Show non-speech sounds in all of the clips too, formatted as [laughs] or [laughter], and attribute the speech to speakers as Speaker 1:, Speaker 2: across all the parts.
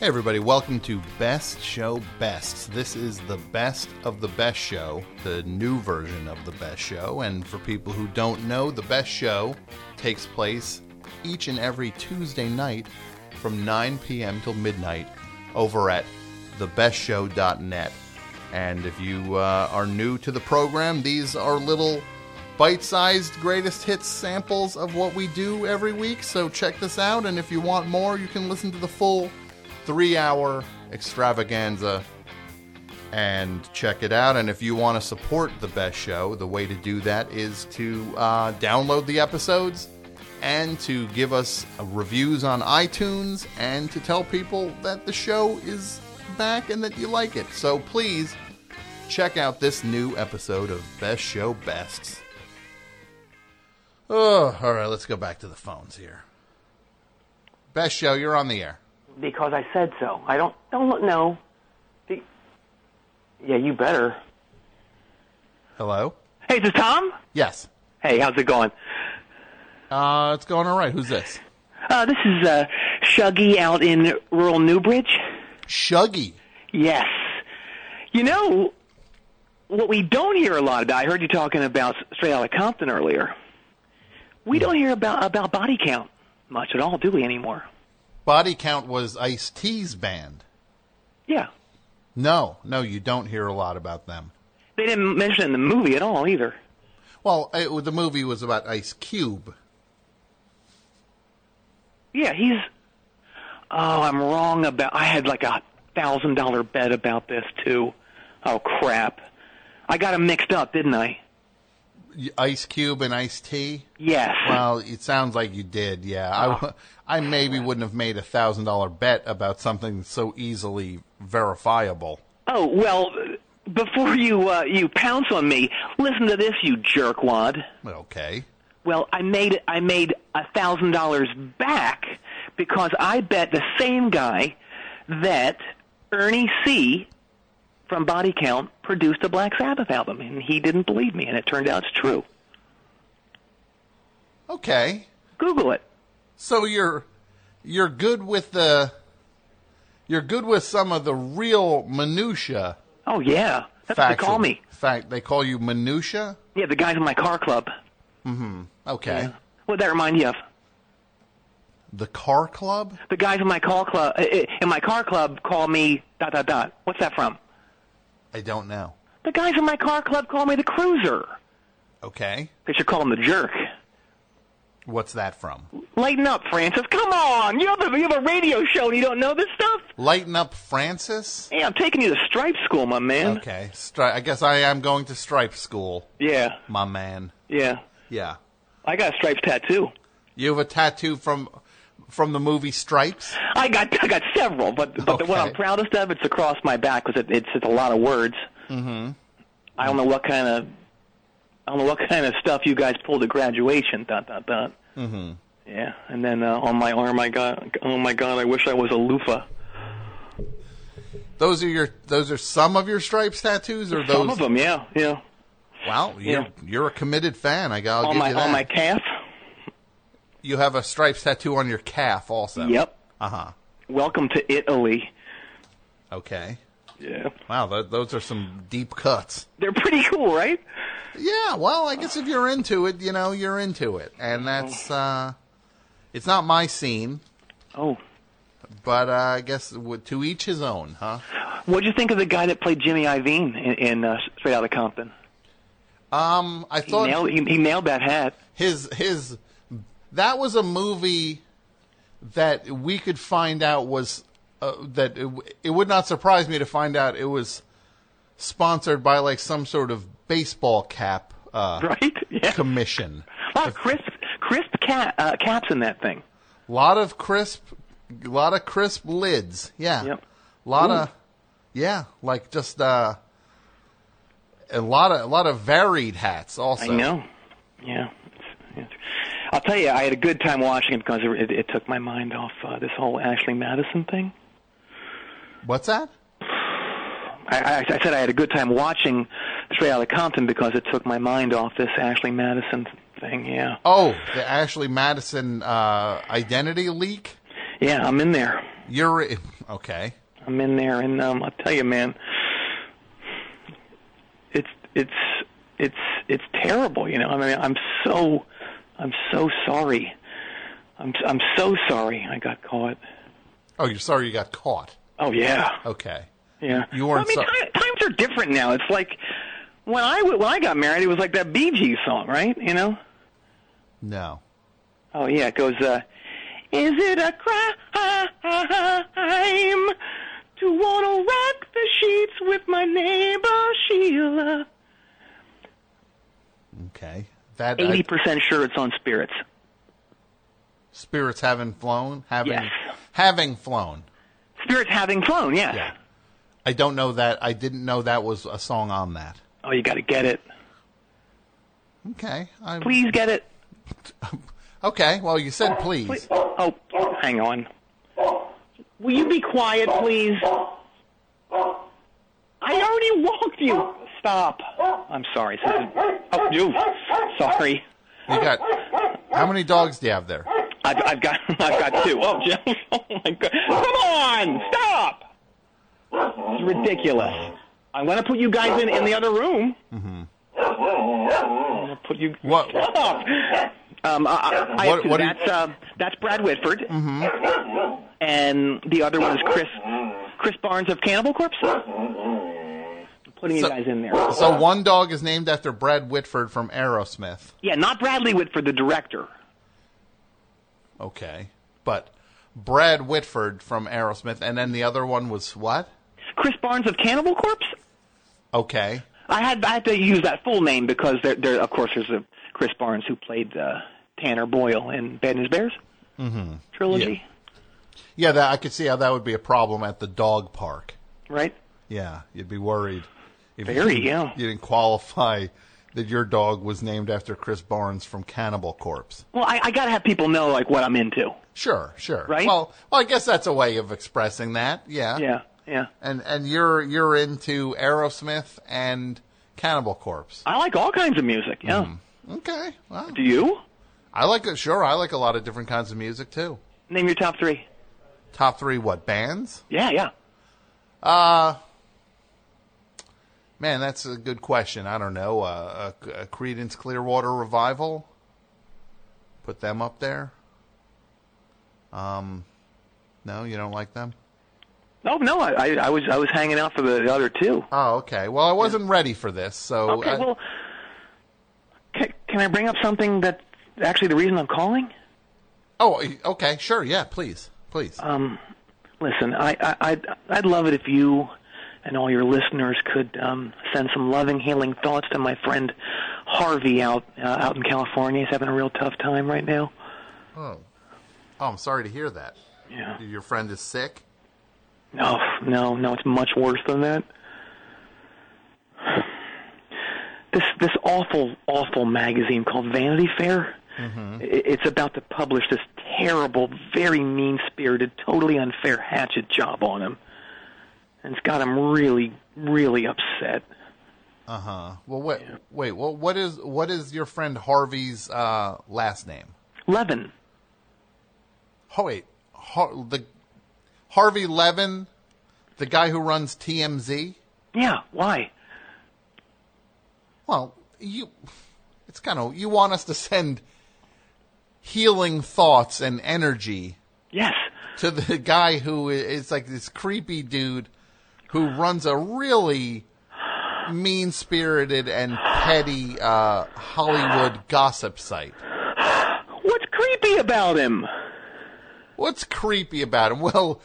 Speaker 1: Hey, everybody, welcome to Best Show Best. This is the best of the best show, the new version of the best show. And for people who don't know, the best show takes place each and every Tuesday night from 9 p.m. till midnight over at thebestshow.net. And if you uh, are new to the program, these are little bite sized greatest hits samples of what we do every week. So check this out. And if you want more, you can listen to the full three hour extravaganza and check it out. And if you want to support the best show, the way to do that is to uh, download the episodes and to give us uh, reviews on iTunes and to tell people that the show is back and that you like it. So please check out this new episode of Best Show Bests. Oh, all right, let's go back to the phones here. Best show, you're on the air.
Speaker 2: because I said so. I don't don't look no. The- yeah, you better.
Speaker 1: Hello?
Speaker 2: Hey, is this Tom?
Speaker 1: Yes.
Speaker 2: Hey, how's it going?
Speaker 1: Uh, it's going all right. Who's this?
Speaker 2: Uh, this is uh, Shuggy out in rural Newbridge.
Speaker 1: Shuggy.
Speaker 2: Yes. You know what we don't hear a lot about. I heard you talking about Straight Outta Compton earlier. We don't hear about about body count much at all, do we anymore?
Speaker 1: Body Count was Ice T's band.
Speaker 2: Yeah,
Speaker 1: No, no, you don't hear a lot about them.
Speaker 2: they didn't mention it in the movie at all either.
Speaker 1: Well, it, the movie was about Ice Cube.
Speaker 2: Yeah, he's. Oh, I'm wrong about. I had like a thousand dollar bet about this too. Oh crap! I got him mixed up, didn't I?
Speaker 1: Y- Ice Cube and Ice T.
Speaker 2: Yes.
Speaker 1: Well, it sounds like you did. Yeah, I, w- [laughs] I maybe wouldn't have made a thousand dollar bet about something so easily verifiable.
Speaker 2: Oh well. Before you uh, you pounce on me, listen to this, you jerkwad.
Speaker 1: Okay.
Speaker 2: Well, I made I made a thousand dollars back because I bet the same guy that Ernie C from Body Count produced a Black Sabbath album, and he didn't believe me, and it turned out it's true.
Speaker 1: Okay.
Speaker 2: Google it.
Speaker 1: So you're you're good with the you're good with some of the real minutia.
Speaker 2: Oh yeah, that's what they
Speaker 1: factual-
Speaker 2: call me.
Speaker 1: Fact. They call you minutia.
Speaker 2: Yeah, the guys in my car club.
Speaker 1: Okay.
Speaker 2: What'd that remind you of?
Speaker 1: The car club?
Speaker 2: The guys in my car club in my car club call me dot dot dot. What's that from?
Speaker 1: I don't know.
Speaker 2: The guys in my car club call me the cruiser.
Speaker 1: Okay.
Speaker 2: They should call him the jerk.
Speaker 1: What's that from?
Speaker 2: Lighten up, Francis. Come on, you have a, you have a radio show and you don't know this stuff.
Speaker 1: Lighten up, Francis.
Speaker 2: Yeah, I'm taking you to stripe school, my man.
Speaker 1: Okay. Stri- I guess I am going to stripe school,
Speaker 2: Yeah,
Speaker 1: my man.
Speaker 2: yeah.
Speaker 1: Yeah.
Speaker 2: I got a stripes tattoo.
Speaker 1: You have a tattoo from from the movie Stripes.
Speaker 2: I got I got several, but but the one
Speaker 1: Okay.
Speaker 2: I'm proudest of it's across my back because it, it's it's a lot of words. Mm-hmm. I don't know what kind of I don't know what kind of stuff you guys pulled at graduation. Dot dot dot. Mm-hmm. Yeah, and then uh, on my arm, I got oh my god, I wish I was a loofah.
Speaker 1: Those are your those are some of your Stripes tattoos, or those?
Speaker 2: Some of them, yeah, yeah.
Speaker 1: Wow, you're you're a committed fan. I gotta
Speaker 2: On
Speaker 1: give
Speaker 2: my
Speaker 1: you that.
Speaker 2: on my calf.
Speaker 1: You have a Stripes tattoo on your calf, also.
Speaker 2: Yep.
Speaker 1: Uh huh.
Speaker 2: Welcome to Italy.
Speaker 1: Okay.
Speaker 2: Yeah,
Speaker 1: Wow, th- those are some deep cuts.
Speaker 2: they're pretty cool, right?
Speaker 1: Yeah, well, I guess if you're into it, you know, you're into it. And that's uh it's not my scene,
Speaker 2: Oh,
Speaker 1: but uh, I guess w- to each his own, huh?
Speaker 2: what'd you think of the guy that played Jimmy Iovine in, in uh, Straight Outta Compton?
Speaker 1: Um I
Speaker 2: He
Speaker 1: thought
Speaker 2: nailed, he, he nailed that hat. [laughs]
Speaker 1: his his that was a movie that we could find out was uh, that it, w- it would not surprise me to find out it was sponsored by like some sort of baseball cap uh
Speaker 2: Right? Yeah.
Speaker 1: commission.
Speaker 2: A lot of crisp, crisp ca- uh, caps in that thing.
Speaker 1: lot of crisp, lot of crisp lids. Yeah,
Speaker 2: Yep.
Speaker 1: lot of, yeah, like just uh, a lot of a lot of varied hats. Also,
Speaker 2: I know. Yeah. It's- it's- I'll tell you, I had a good time watching it because it, it took my mind off uh, this whole Ashley Madison thing.
Speaker 1: what's that?
Speaker 2: I, I, I said I had a good time watching Straight Outta Compton because it took my mind off this Ashley Madison thing. Yeah.
Speaker 1: Oh, the Ashley Madison uh, identity leak.
Speaker 2: Yeah, I'm in there.
Speaker 1: You're okay.
Speaker 2: I'm in there, and um, I'll tell you, man, it's it's it's it's terrible. You know, I mean, I'm so I'm so sorry. I'm I'm so sorry I got caught.
Speaker 1: Oh, you're sorry you got caught.
Speaker 2: Oh yeah,
Speaker 1: Okay.
Speaker 2: yeah.
Speaker 1: You weren't
Speaker 2: I mean,
Speaker 1: so-
Speaker 2: ti- times are different now. It's like when I w- when I got married, it was like that Bee Gees song, right? You know.
Speaker 1: No.
Speaker 2: Oh yeah, it goes. Uh, Is it a crime to wanna rock the sheets with my neighbor Sheila?
Speaker 1: Okay. That uh, I-
Speaker 2: Eighty percent sure it's on Spirits.
Speaker 1: spirits having flown, having
Speaker 2: Yes.
Speaker 1: having flown.
Speaker 2: Spirits having flown, yes.
Speaker 1: Yeah. I don't know that. I didn't know that was a song on that.
Speaker 2: Oh, you got to get it.
Speaker 1: Okay. I,
Speaker 2: Please get it.
Speaker 1: Okay. Well, you said please.
Speaker 2: Please. Oh, hang on. Will you be quiet, please? I already walked you. Stop. I'm sorry. This is- oh, you. Sorry.
Speaker 1: You got how many dogs do you have there?
Speaker 2: I've, I've got [laughs] I've got two. Oh, Joe. Oh my God! Come on! Stop! It's ridiculous. I'm gonna put you guys in in the other room. Mm-hmm. I'm gonna put you.
Speaker 1: What?
Speaker 2: Stop! Um, I, I, I have
Speaker 1: What-
Speaker 2: two.
Speaker 1: what do you- Mm-hmm.
Speaker 2: that's uh, that's Brad Whitford, and the other one is Chris Chris Barnes of Cannibal Corpse. I'm putting
Speaker 1: So-
Speaker 2: you guys in there.
Speaker 1: So one dog is named after Brad Whitford from Aerosmith.
Speaker 2: yeah, not Bradley Whitford, the director.
Speaker 1: Okay. But Brad Whitford from Aerosmith, and then the other one was what?
Speaker 2: Chris Barnes of Cannibal Corpse.
Speaker 1: Okay.
Speaker 2: I had I had to use that full name because there, there of course there's a Chris Barnes who played uh, Tanner Boyle in Bad News Bears trilogy,
Speaker 1: Mm-hmm. Yeah, that I could see how that would be a problem at the dog park.
Speaker 2: right?
Speaker 1: Yeah, you'd be worried. If you
Speaker 2: Very,
Speaker 1: didn't-
Speaker 2: yeah.
Speaker 1: You didn't qualify that your dog was named after Chris Barnes from Cannibal Corpse.
Speaker 2: Well, I, I got to have people know like what I'm into.
Speaker 1: Sure, sure.
Speaker 2: Right?
Speaker 1: Well, well, I guess that's a way of expressing that. Yeah.
Speaker 2: Yeah, yeah.
Speaker 1: And and you're you're into Aerosmith and Cannibal Corpse.
Speaker 2: I like all kinds of music. Yeah.
Speaker 1: Mm-hmm. Okay. Wow.
Speaker 2: Do you
Speaker 1: I like it. Sure, I like a lot of different kinds of music too.
Speaker 2: name your top three?
Speaker 1: Top three what bands?
Speaker 2: Yeah, yeah.
Speaker 1: Man, that's a good question. I don't know. Uh, uh a Credence Clearwater Revival. Put them up there. Um, no, you don't like them.
Speaker 2: Oh no, I, I, I was I was hanging out for the, the other two.
Speaker 1: Oh, okay. Well, I wasn't ready for this, so
Speaker 2: Okay,
Speaker 1: I-
Speaker 2: well, can, can I bring up something that actually the reason I'm calling?
Speaker 1: oh, okay, sure, yeah, please, please.
Speaker 2: Um, Listen, I, I, I'd, I'd love it if you and all your listeners could um, send some loving, healing thoughts to my friend Harvey out uh, out in California. He's having a real tough time right now.
Speaker 1: oh. oh, I'm sorry to hear that.
Speaker 2: Yeah.
Speaker 1: Your friend is sick.
Speaker 2: No, no, no. It's much worse than that. This this awful, awful magazine called Vanity Fair. I- It's about to publish this terrible, very mean-spirited, totally unfair hatchet job on him, and it's got him really, really upset.
Speaker 1: Uh huh. Well, wait, wait. Well, what is what is your friend Harvey's uh, last name?
Speaker 2: Levin.
Speaker 1: Oh wait, Har- the Harvey Levin, the guy who runs TMZ.
Speaker 2: Yeah, why?
Speaker 1: Well, you, it's kind of you want us to send healing thoughts and energy
Speaker 2: Yes.
Speaker 1: to the [laughs] guy who i- is like this creepy dude who runs a really mean spirited and petty uh, Hollywood gossip site.
Speaker 2: What's creepy about him?
Speaker 1: What's creepy about him? [laughs] Well,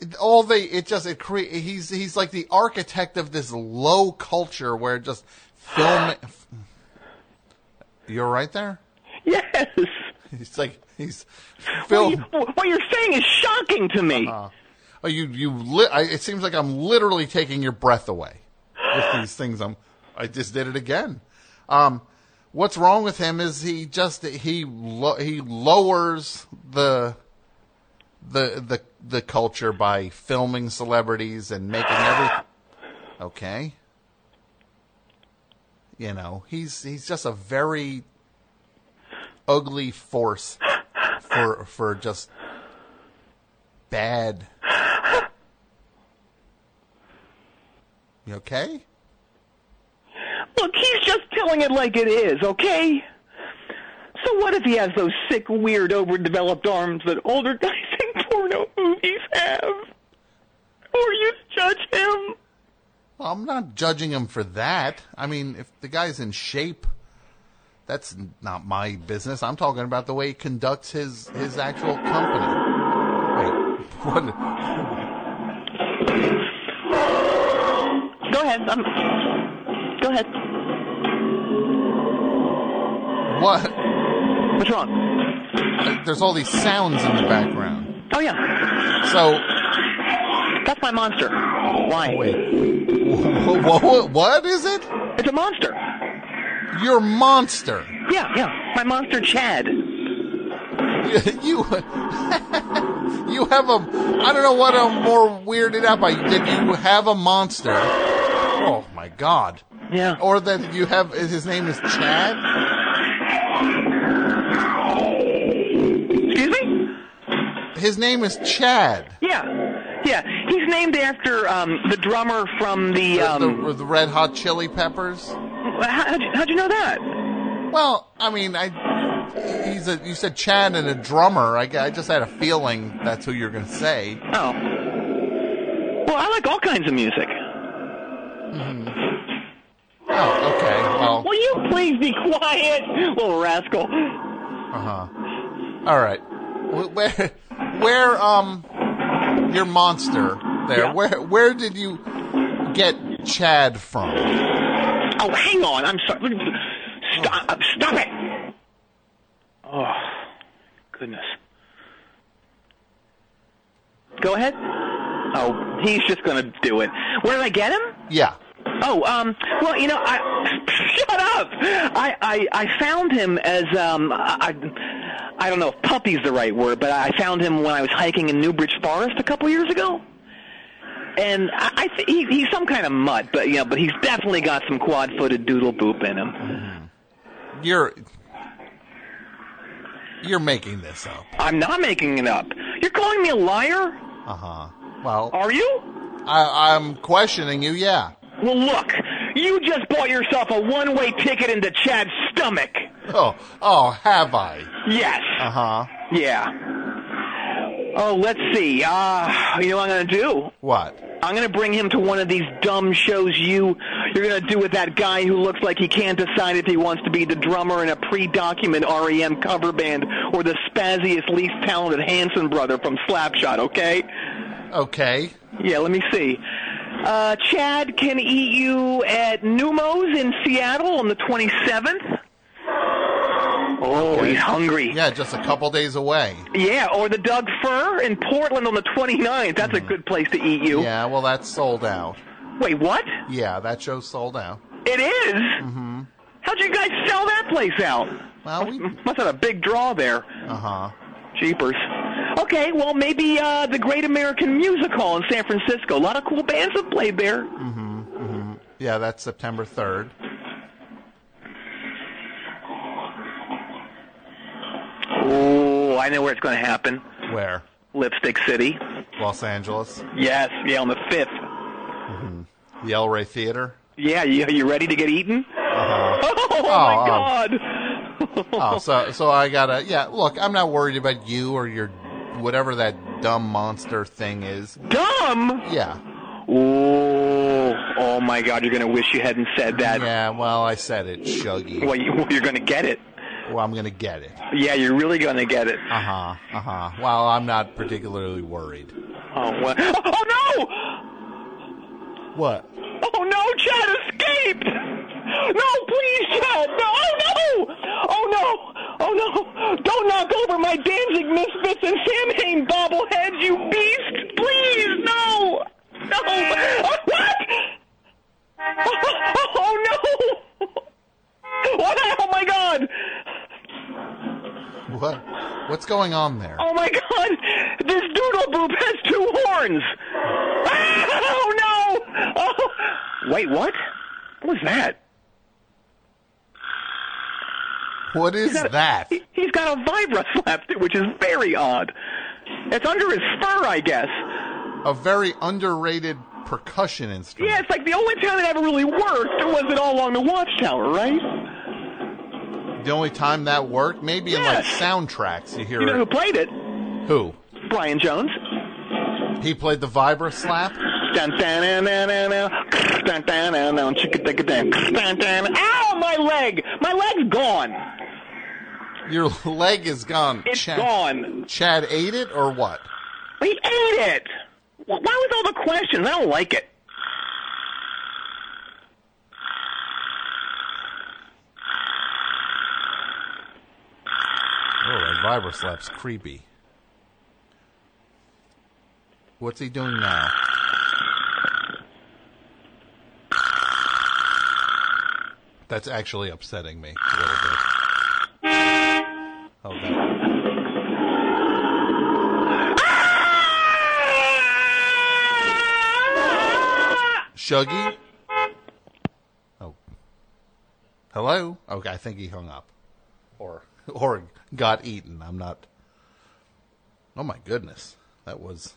Speaker 1: it- all they it just it cre- he's he's like the architect of this low culture where just film. You're right there. [laughs]
Speaker 2: Yes.
Speaker 1: He's like he's
Speaker 2: What, you,
Speaker 1: film.
Speaker 2: what you're saying is shocking to me.
Speaker 1: Oh, you you li- I, it seems like I'm literally taking your breath away with these things. I'm I just did it again. Um, what's wrong with him is he just he lo- he lowers the the the the culture by filming celebrities and making every okay. You know he's he's just a very ugly force for for just bad You okay?
Speaker 2: Look, he's just telling it like it is, okay? So what if he has those sick, weird, overdeveloped arms that older [laughs] guys in porno movies have? Or you judge him?
Speaker 1: Well, I'm not judging him for that. I mean, if the guy's in shape, that's not my business. I'm talking about the way he conducts his his actual company. Wait, what?
Speaker 2: Go ahead. I'm... Go ahead.
Speaker 1: What?
Speaker 2: What's wrong?
Speaker 1: There's all these sounds in the background.
Speaker 2: Oh, yeah.
Speaker 1: So
Speaker 2: That's my monster. Why?
Speaker 1: wait, [laughs] what, what is it?
Speaker 2: It's a monster.
Speaker 1: Your monster. [laughs]
Speaker 2: Yeah, yeah. My monster, Chad.
Speaker 1: you [laughs] you have a I don't know what I'm more weirded out by that you have a monster. Oh my god.
Speaker 2: Yeah.
Speaker 1: Or that you have his name is Chad?
Speaker 2: Excuse me?
Speaker 1: His name is Chad.
Speaker 2: Yeah. Yeah. He's named after um, the drummer from the. Um,
Speaker 1: the, the Red Hot Chili Peppers.
Speaker 2: how, how'd, you, how'd you know that?
Speaker 1: Well, I mean, I he's a you said Chad and a drummer. I, I just had a feeling that's who you're going to say.
Speaker 2: Oh. Well, I like all kinds of music.
Speaker 1: Oh, okay. Well,
Speaker 2: Will you please be quiet, little rascal?
Speaker 1: Uh-huh. All right. Wh- Where, where, um, your monster there?
Speaker 2: Yeah.
Speaker 1: Where, where did you get Chad from?
Speaker 2: Oh, hang on. I'm sorry. Stop, uh, stop it. Oh, goodness. Go ahead. Oh, he's just going to do it. Where did I get him?
Speaker 1: Yeah.
Speaker 2: Oh, um, well, you know, I [laughs] shut up. I, I, I found him as um, I, I- I don't know if puppy's the right word, but I found him when I was hiking in Newbridge Forest a couple years ago. And I, I th- he, he's some kind of mutt, but you know, but he's definitely got some quad-footed doodle boop in him.
Speaker 1: You're, you're making this up.
Speaker 2: I'm not making it up. You're calling me a liar?
Speaker 1: Uh huh. Well,
Speaker 2: Are you?
Speaker 1: I, I'm questioning you. Yeah.
Speaker 2: Well, look, you just bought yourself a one-way ticket into Chad's stomach.
Speaker 1: Oh, oh, have I?
Speaker 2: Yes.
Speaker 1: Uh huh.
Speaker 2: Yeah. Oh, let's see. Uh, you know what I'm going to do?
Speaker 1: What?
Speaker 2: I'm going to bring him to one of these dumb shows you you're going to do with that guy who looks like he can't decide if he wants to be the drummer in a pre-document REM cover band or the spazziest, least talented Hanson brother from Slapshot, okay?
Speaker 1: Okay.
Speaker 2: Yeah, let me see. Uh, Chad can eat you at Numos in Seattle on the 27th. Oh, he's hungry.
Speaker 1: Yeah, just a couple days away.
Speaker 2: Yeah, or the Doug Fur in Portland on the 29th. That's a good place to eat you.
Speaker 1: Mm-hmm. Yeah. Well, that's sold out.
Speaker 2: Wait, what?
Speaker 1: Yeah, that show's sold out.
Speaker 2: It Mm-hmm. How'd you guys sell that place out?
Speaker 1: Well,
Speaker 2: [laughs]
Speaker 1: we.
Speaker 2: Must have a big draw there.
Speaker 1: Uh huh.
Speaker 2: Jeepers. Okay, well, maybe uh, the Great American Music Hall in San Francisco. A lot of cool bands have played there.
Speaker 1: Yeah, that's September 3rd.
Speaker 2: Oh, I know where it's going to happen.
Speaker 1: Where?
Speaker 2: Lipstick City.
Speaker 1: Los Angeles.
Speaker 2: Yes, yeah, on the 5th.
Speaker 1: The El Rey Theater.
Speaker 2: Yeah, you, you ready to get eaten? [laughs] Oh,
Speaker 1: um,
Speaker 2: my God. [laughs]
Speaker 1: Oh, so so I gotta yeah. Look, I'm not worried about you or your whatever that dumb monster thing is.
Speaker 2: Dumb!
Speaker 1: Yeah,
Speaker 2: Ooh, oh my God! You're gonna wish you hadn't said that.
Speaker 1: yeah. Well, I said it, Shuggy.
Speaker 2: Well, you, you're gonna get it.
Speaker 1: Well, I'm gonna get it.
Speaker 2: Yeah, you're really gonna get it.
Speaker 1: Uh huh. Uh huh. Well, I'm not particularly worried.
Speaker 2: Oh, well. oh
Speaker 1: What?
Speaker 2: no! Oh no! Chad escaped! No, please, Chad! No! Oh no! Oh no! Oh no! Don't knock over my Danzig Misfits and Samhain bobbleheads, you beast! Please, no! No! [laughs] Oh, what? Oh, oh no! [laughs] What? Oh my God!
Speaker 1: What? What's going on there?
Speaker 2: Oh my god! This doodle boop has two horns! Ah, oh no! Oh. Wait, what? What was that?
Speaker 1: What
Speaker 2: [laughs]
Speaker 1: is that?
Speaker 2: He, he's got a vibra slapped it, which is very odd. It's under his fur, I guess.
Speaker 1: A very underrated percussion instrument.
Speaker 2: Yeah, it's like the only time it ever really worked was it all along the Watchtower, right?
Speaker 1: The only time that worked, maybe in like
Speaker 2: Yes.
Speaker 1: soundtracks, you hear
Speaker 2: You know who
Speaker 1: it.
Speaker 2: played it?
Speaker 1: Who?
Speaker 2: Brian Jones.
Speaker 1: He played the vibra slap.
Speaker 2: Dun, dun, dun, dun, dun, dun, dun, dun, dun, dun, chicka, dicka, dun, dun, dun. Ow, my leg! My leg's gone.
Speaker 1: Your [laughs] leg is gone.
Speaker 2: It's
Speaker 1: Chad,
Speaker 2: gone.
Speaker 1: Chad ate it or what?
Speaker 2: He ate it. Wh- Why was all the questions? I don't like it.
Speaker 1: Oh, that vibra slap's creepy. What's he doing now? That's actually upsetting me a little bit. Oh, that.
Speaker 2: Ah!
Speaker 1: Shuggy? Oh. Hello? Okay, I think he hung up. Or [laughs] or got eaten. I'm not Oh my goodness. That was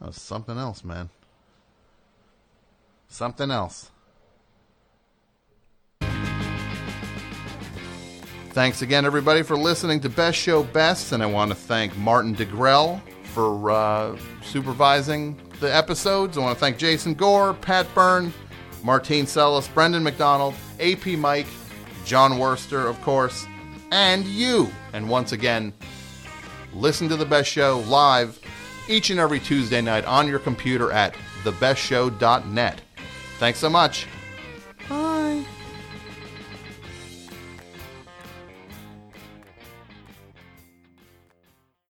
Speaker 1: That was something else, man. Something else. Thanks again, everybody, for listening to Best Show Best, and I want to thank Martin DeGrell for uh, supervising the episodes. I want to thank Jason Gore, Pat Byrne, Martine Sellis, Brendan McDonald, AP Mike, John Worster, of course, and you. And once again, listen to The Best Show live each and every Tuesday night on your computer at thebestshow.net. Thanks so much.